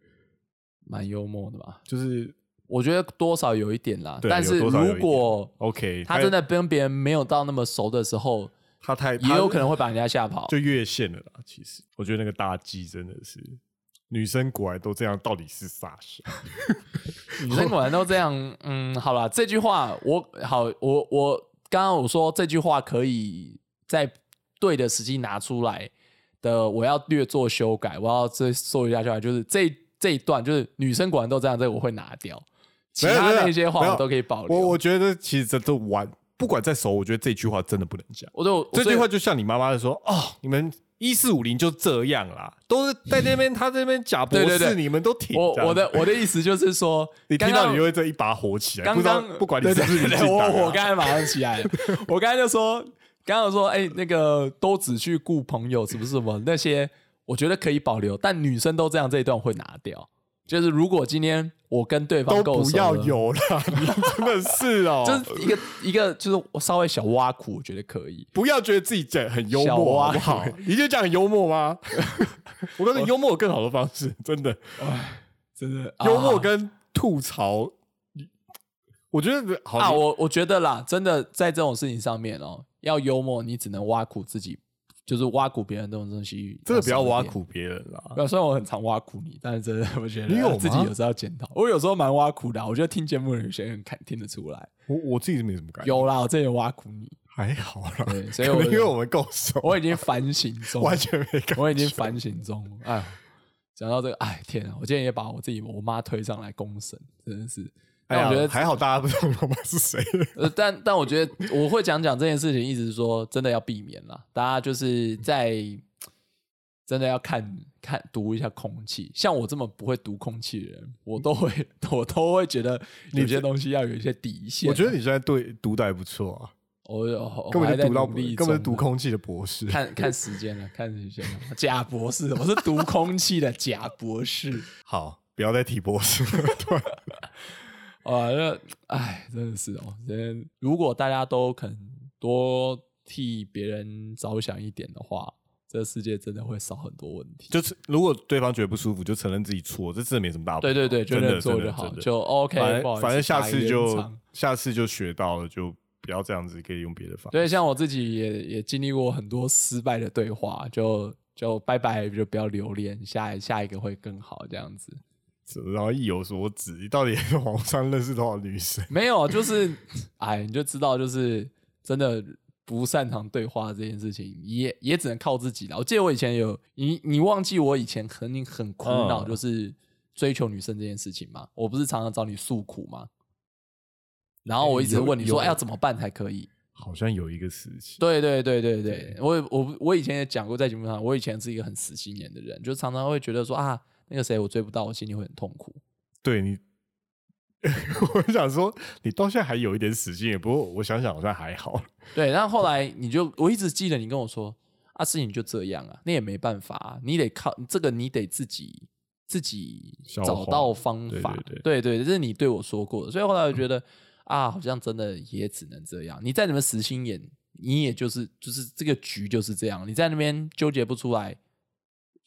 蛮幽默的吧？就是我觉得多少有一点啦。对啊但是有多少有一如点果 OK，他真的跟别人没有到那么熟的时候，他太也有可能会把人家吓跑。就越线了啦。其实我觉得那个大忌真的是女生果然都这样，到底是啥事？女生果然都这样，嗯，好啦，这句话我好，我我刚刚我说这句话可以在对的时机拿出来的，我要略做修改，我要这做一下修改，就是这这一段就是女生果然都这样，这个我会拿掉，其没有他没有那些没话有我都可以保留。我我觉得其实这都玩，不管在熟，我觉得这句话真的不能讲。我就这句话就像你妈妈说：“哦，你们一四五零就这样啦，都是在那边，他这边假博士，对对对你们都挺。”我我的我的意思就是说，你听刚到刚你就会这一把火起来，刚不知刚道不管你是不是对民对进对党啊、我我刚才马上起来了，我刚才就说，刚刚说，哎、那个都只去顾朋友，是不是什么那些，我觉得可以保留，但女生都这样，这一段我会拿掉。就是如果今天我跟对方都够不熟要了，有啦， [laughs] 你真的是哦， [laughs] 就是一个一个就是稍微小挖苦，我觉得可以。不要觉得自己讲很幽小默蛙好不好？你就讲很幽默吗？ [laughs] 我告诉你，幽默有更好的方式，真的，真的幽默跟吐槽，我觉得好啊，我我觉得啦，真的在这种事情上面哦，要幽默，你只能挖苦自己，就是挖苦别人这种东西，真的不要挖苦。苦别人啦。对啊，虽然我很常挖苦你，但是真的 [laughs] 我觉得你有吗自己有时候要检讨。我有时候蛮挖苦的啊、我觉得听节目的有些人看听得出来。我我自己是没什么感觉，有啦，我之前有挖苦你，还好啦，对，所可以我能因为我们够熟，我已经反省中， [laughs] 完全没感觉。我已经反省中了。哎呦，讲到这个，哎天啊，我今天也把我自己我妈推上来公审，真的是。哎但呀我觉得，还好，大家不知道我妈 [laughs] 是谁。呃，但但我觉得我会讲讲这件事情，一直说真的要避免啦，大家就是在真的要看看读一下空气。像我这么不会读空气的人，我都会 [laughs] 我都会觉得有些东西要有一些底线。我觉得你现在对读的还不错啊，我我根我本还就在读到努力根本中就读呢空气的博士。 [laughs] 看看时间了，看时间了。贾博士，我是读空气的贾博士。好，不要再提博士了。 [laughs] 啊，那哎，真的是哦。人如果大家都肯多替别人着想一点的话，这世界真的会少很多问题。就是如果对方觉得不舒服，就承认自己错，这真的没什么大不了。对对对，就真的认错真的就好，真的就 OK 反不好意正思。反正下次打圆就场下次就学到了，就不要这样子，可以用别的方法。对，像我自己也也经历过很多失败的对话，就就拜拜，就不要留恋，下下一个会更好这样子。然后意有所指，你到底 [laughs] 在网上认识多少女生？没有，就是哎，你就知道，就是真的不擅长对话这件事情，也也只能靠自己了。我记得我以前有你，你忘记我以前肯定很苦恼，嗯就是追求女生这件事情嘛。我不是常常找你诉苦吗？然后我一直有问你说，有哎要怎么办才可以？好像有一个时期，对对对对对对，我我我以前也讲过，在节目上，我以前是一个很死心眼的人，就常常会觉得说啊，那个谁我追不到，我心里会很痛苦。对你， [laughs] 我想说你到现在还有一点死心眼，不过我想想好像还好。对，然后后来你就，我一直记得你跟我说，啊，事情就这样啊，那也没办法啊，你得靠这个，你得自己自己消找化到方对法。对对这是你对我说过的，所以后来我觉得、啊，好像真的也只能这样。你在那边死心眼，你也就是就是这个局就是这样，你在那边纠结不出来。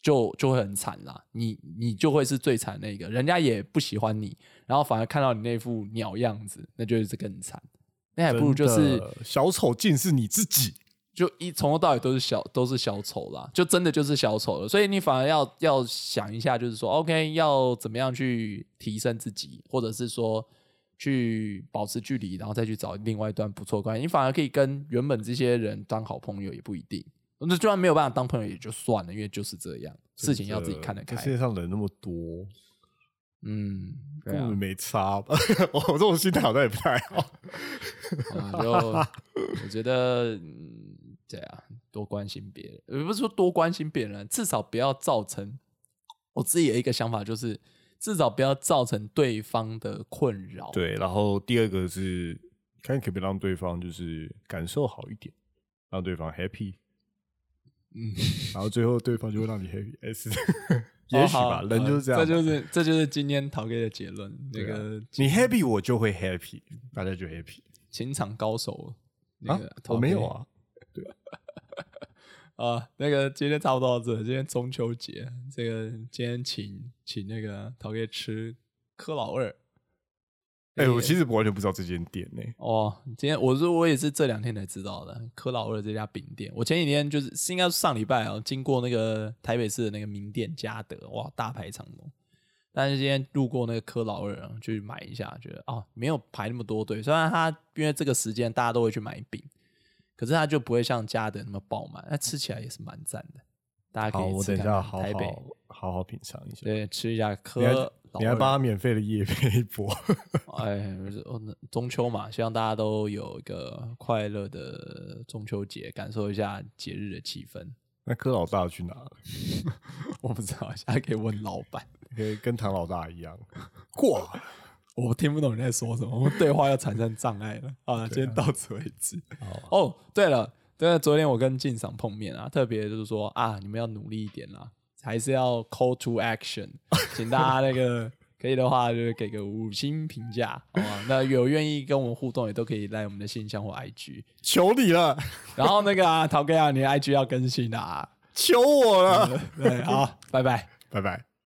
就就会很惨啦，你你就会是最惨那个，人家也不喜欢你，然后反而看到你那副鸟样子，那就是更惨。那哎还不如就是真的小丑竟是你自己，就一从头到尾都是小都是小丑啦，就真的就是小丑了。所以你反而要要想一下，就是说，OK，要怎么样去提升自己，或者是说去保持距离，然后再去找另外一段不错的关系。你反而可以跟原本这些人当好朋友，也不一定。那就算没有办法当朋友也就算了，因为就是这样，事情要自己看得这世开界。上人那么多，嗯，对根啊本，没差吧？ [laughs] 我这种心态好像也不太好。好啦啊 [laughs] 就我觉得，嗯对啊，多关心别人，呃也不是说多关心别人，啊至少不要造成我自己的一个想法，就是至少不要造成对方的困扰。， [laughs] 对，然后第二个是看可不可以让对方就是感受好一点，让对方 happy，嗯，然后最后对方就会让你 happy。哎是哦 [laughs] 也许好吧，人好就是这样这就嘛。是这就是今天陶哥的结论。那对啊个你 happy 我就会 happy，大家就 happy 情场高手，那啊个？陶我没哥有啊，啊，那个今天差不多到这，今天中秋节，这个今天请请那个陶哥吃科老二，哎、我其实完全不知道这间店呢、哦，今天我是我也是这两天才知道的，科老二这家饼店。我前几天就是是应该是上礼拜啊，经过那个台北市的那个名店嘉德，哇，大排长龙。但是今天路过那个科老二，啊去买一下，觉得哦，没有排那么多队。虽然它因为这个时间大家都会去买饼，可是它就不会像嘉德那么爆满，那吃起来也是蛮赞的。大家可好，以我吃等一看下看好台北，好好好品尝一下。对，吃一下科你还老你还二。帮他免费的夜配一波，哎，不是哦那中秋嘛，希望大家都有一个快乐的中秋节，感受一下节日的气 [laughs] 氛。那柯老大去哪了？我不知道，下次可以问老板。可以跟唐老大一样过。我听不懂你在说什么，我们对话要产生障碍了。好了，今天到此为止。好啊哦，对了，对，昨天我跟进赏碰面啊，特别就是说啊，你们要努力一点啦，还是要 call to [laughs] action，请大家那个可以的话，就是给个五星评价，好吧？那有愿意跟我们互动，也都可以来我们的信箱或 IG。求你了，然后那个啊，陶哥啊，你的 IG 要更新的啊，求我了，对，好，拜拜。拜拜。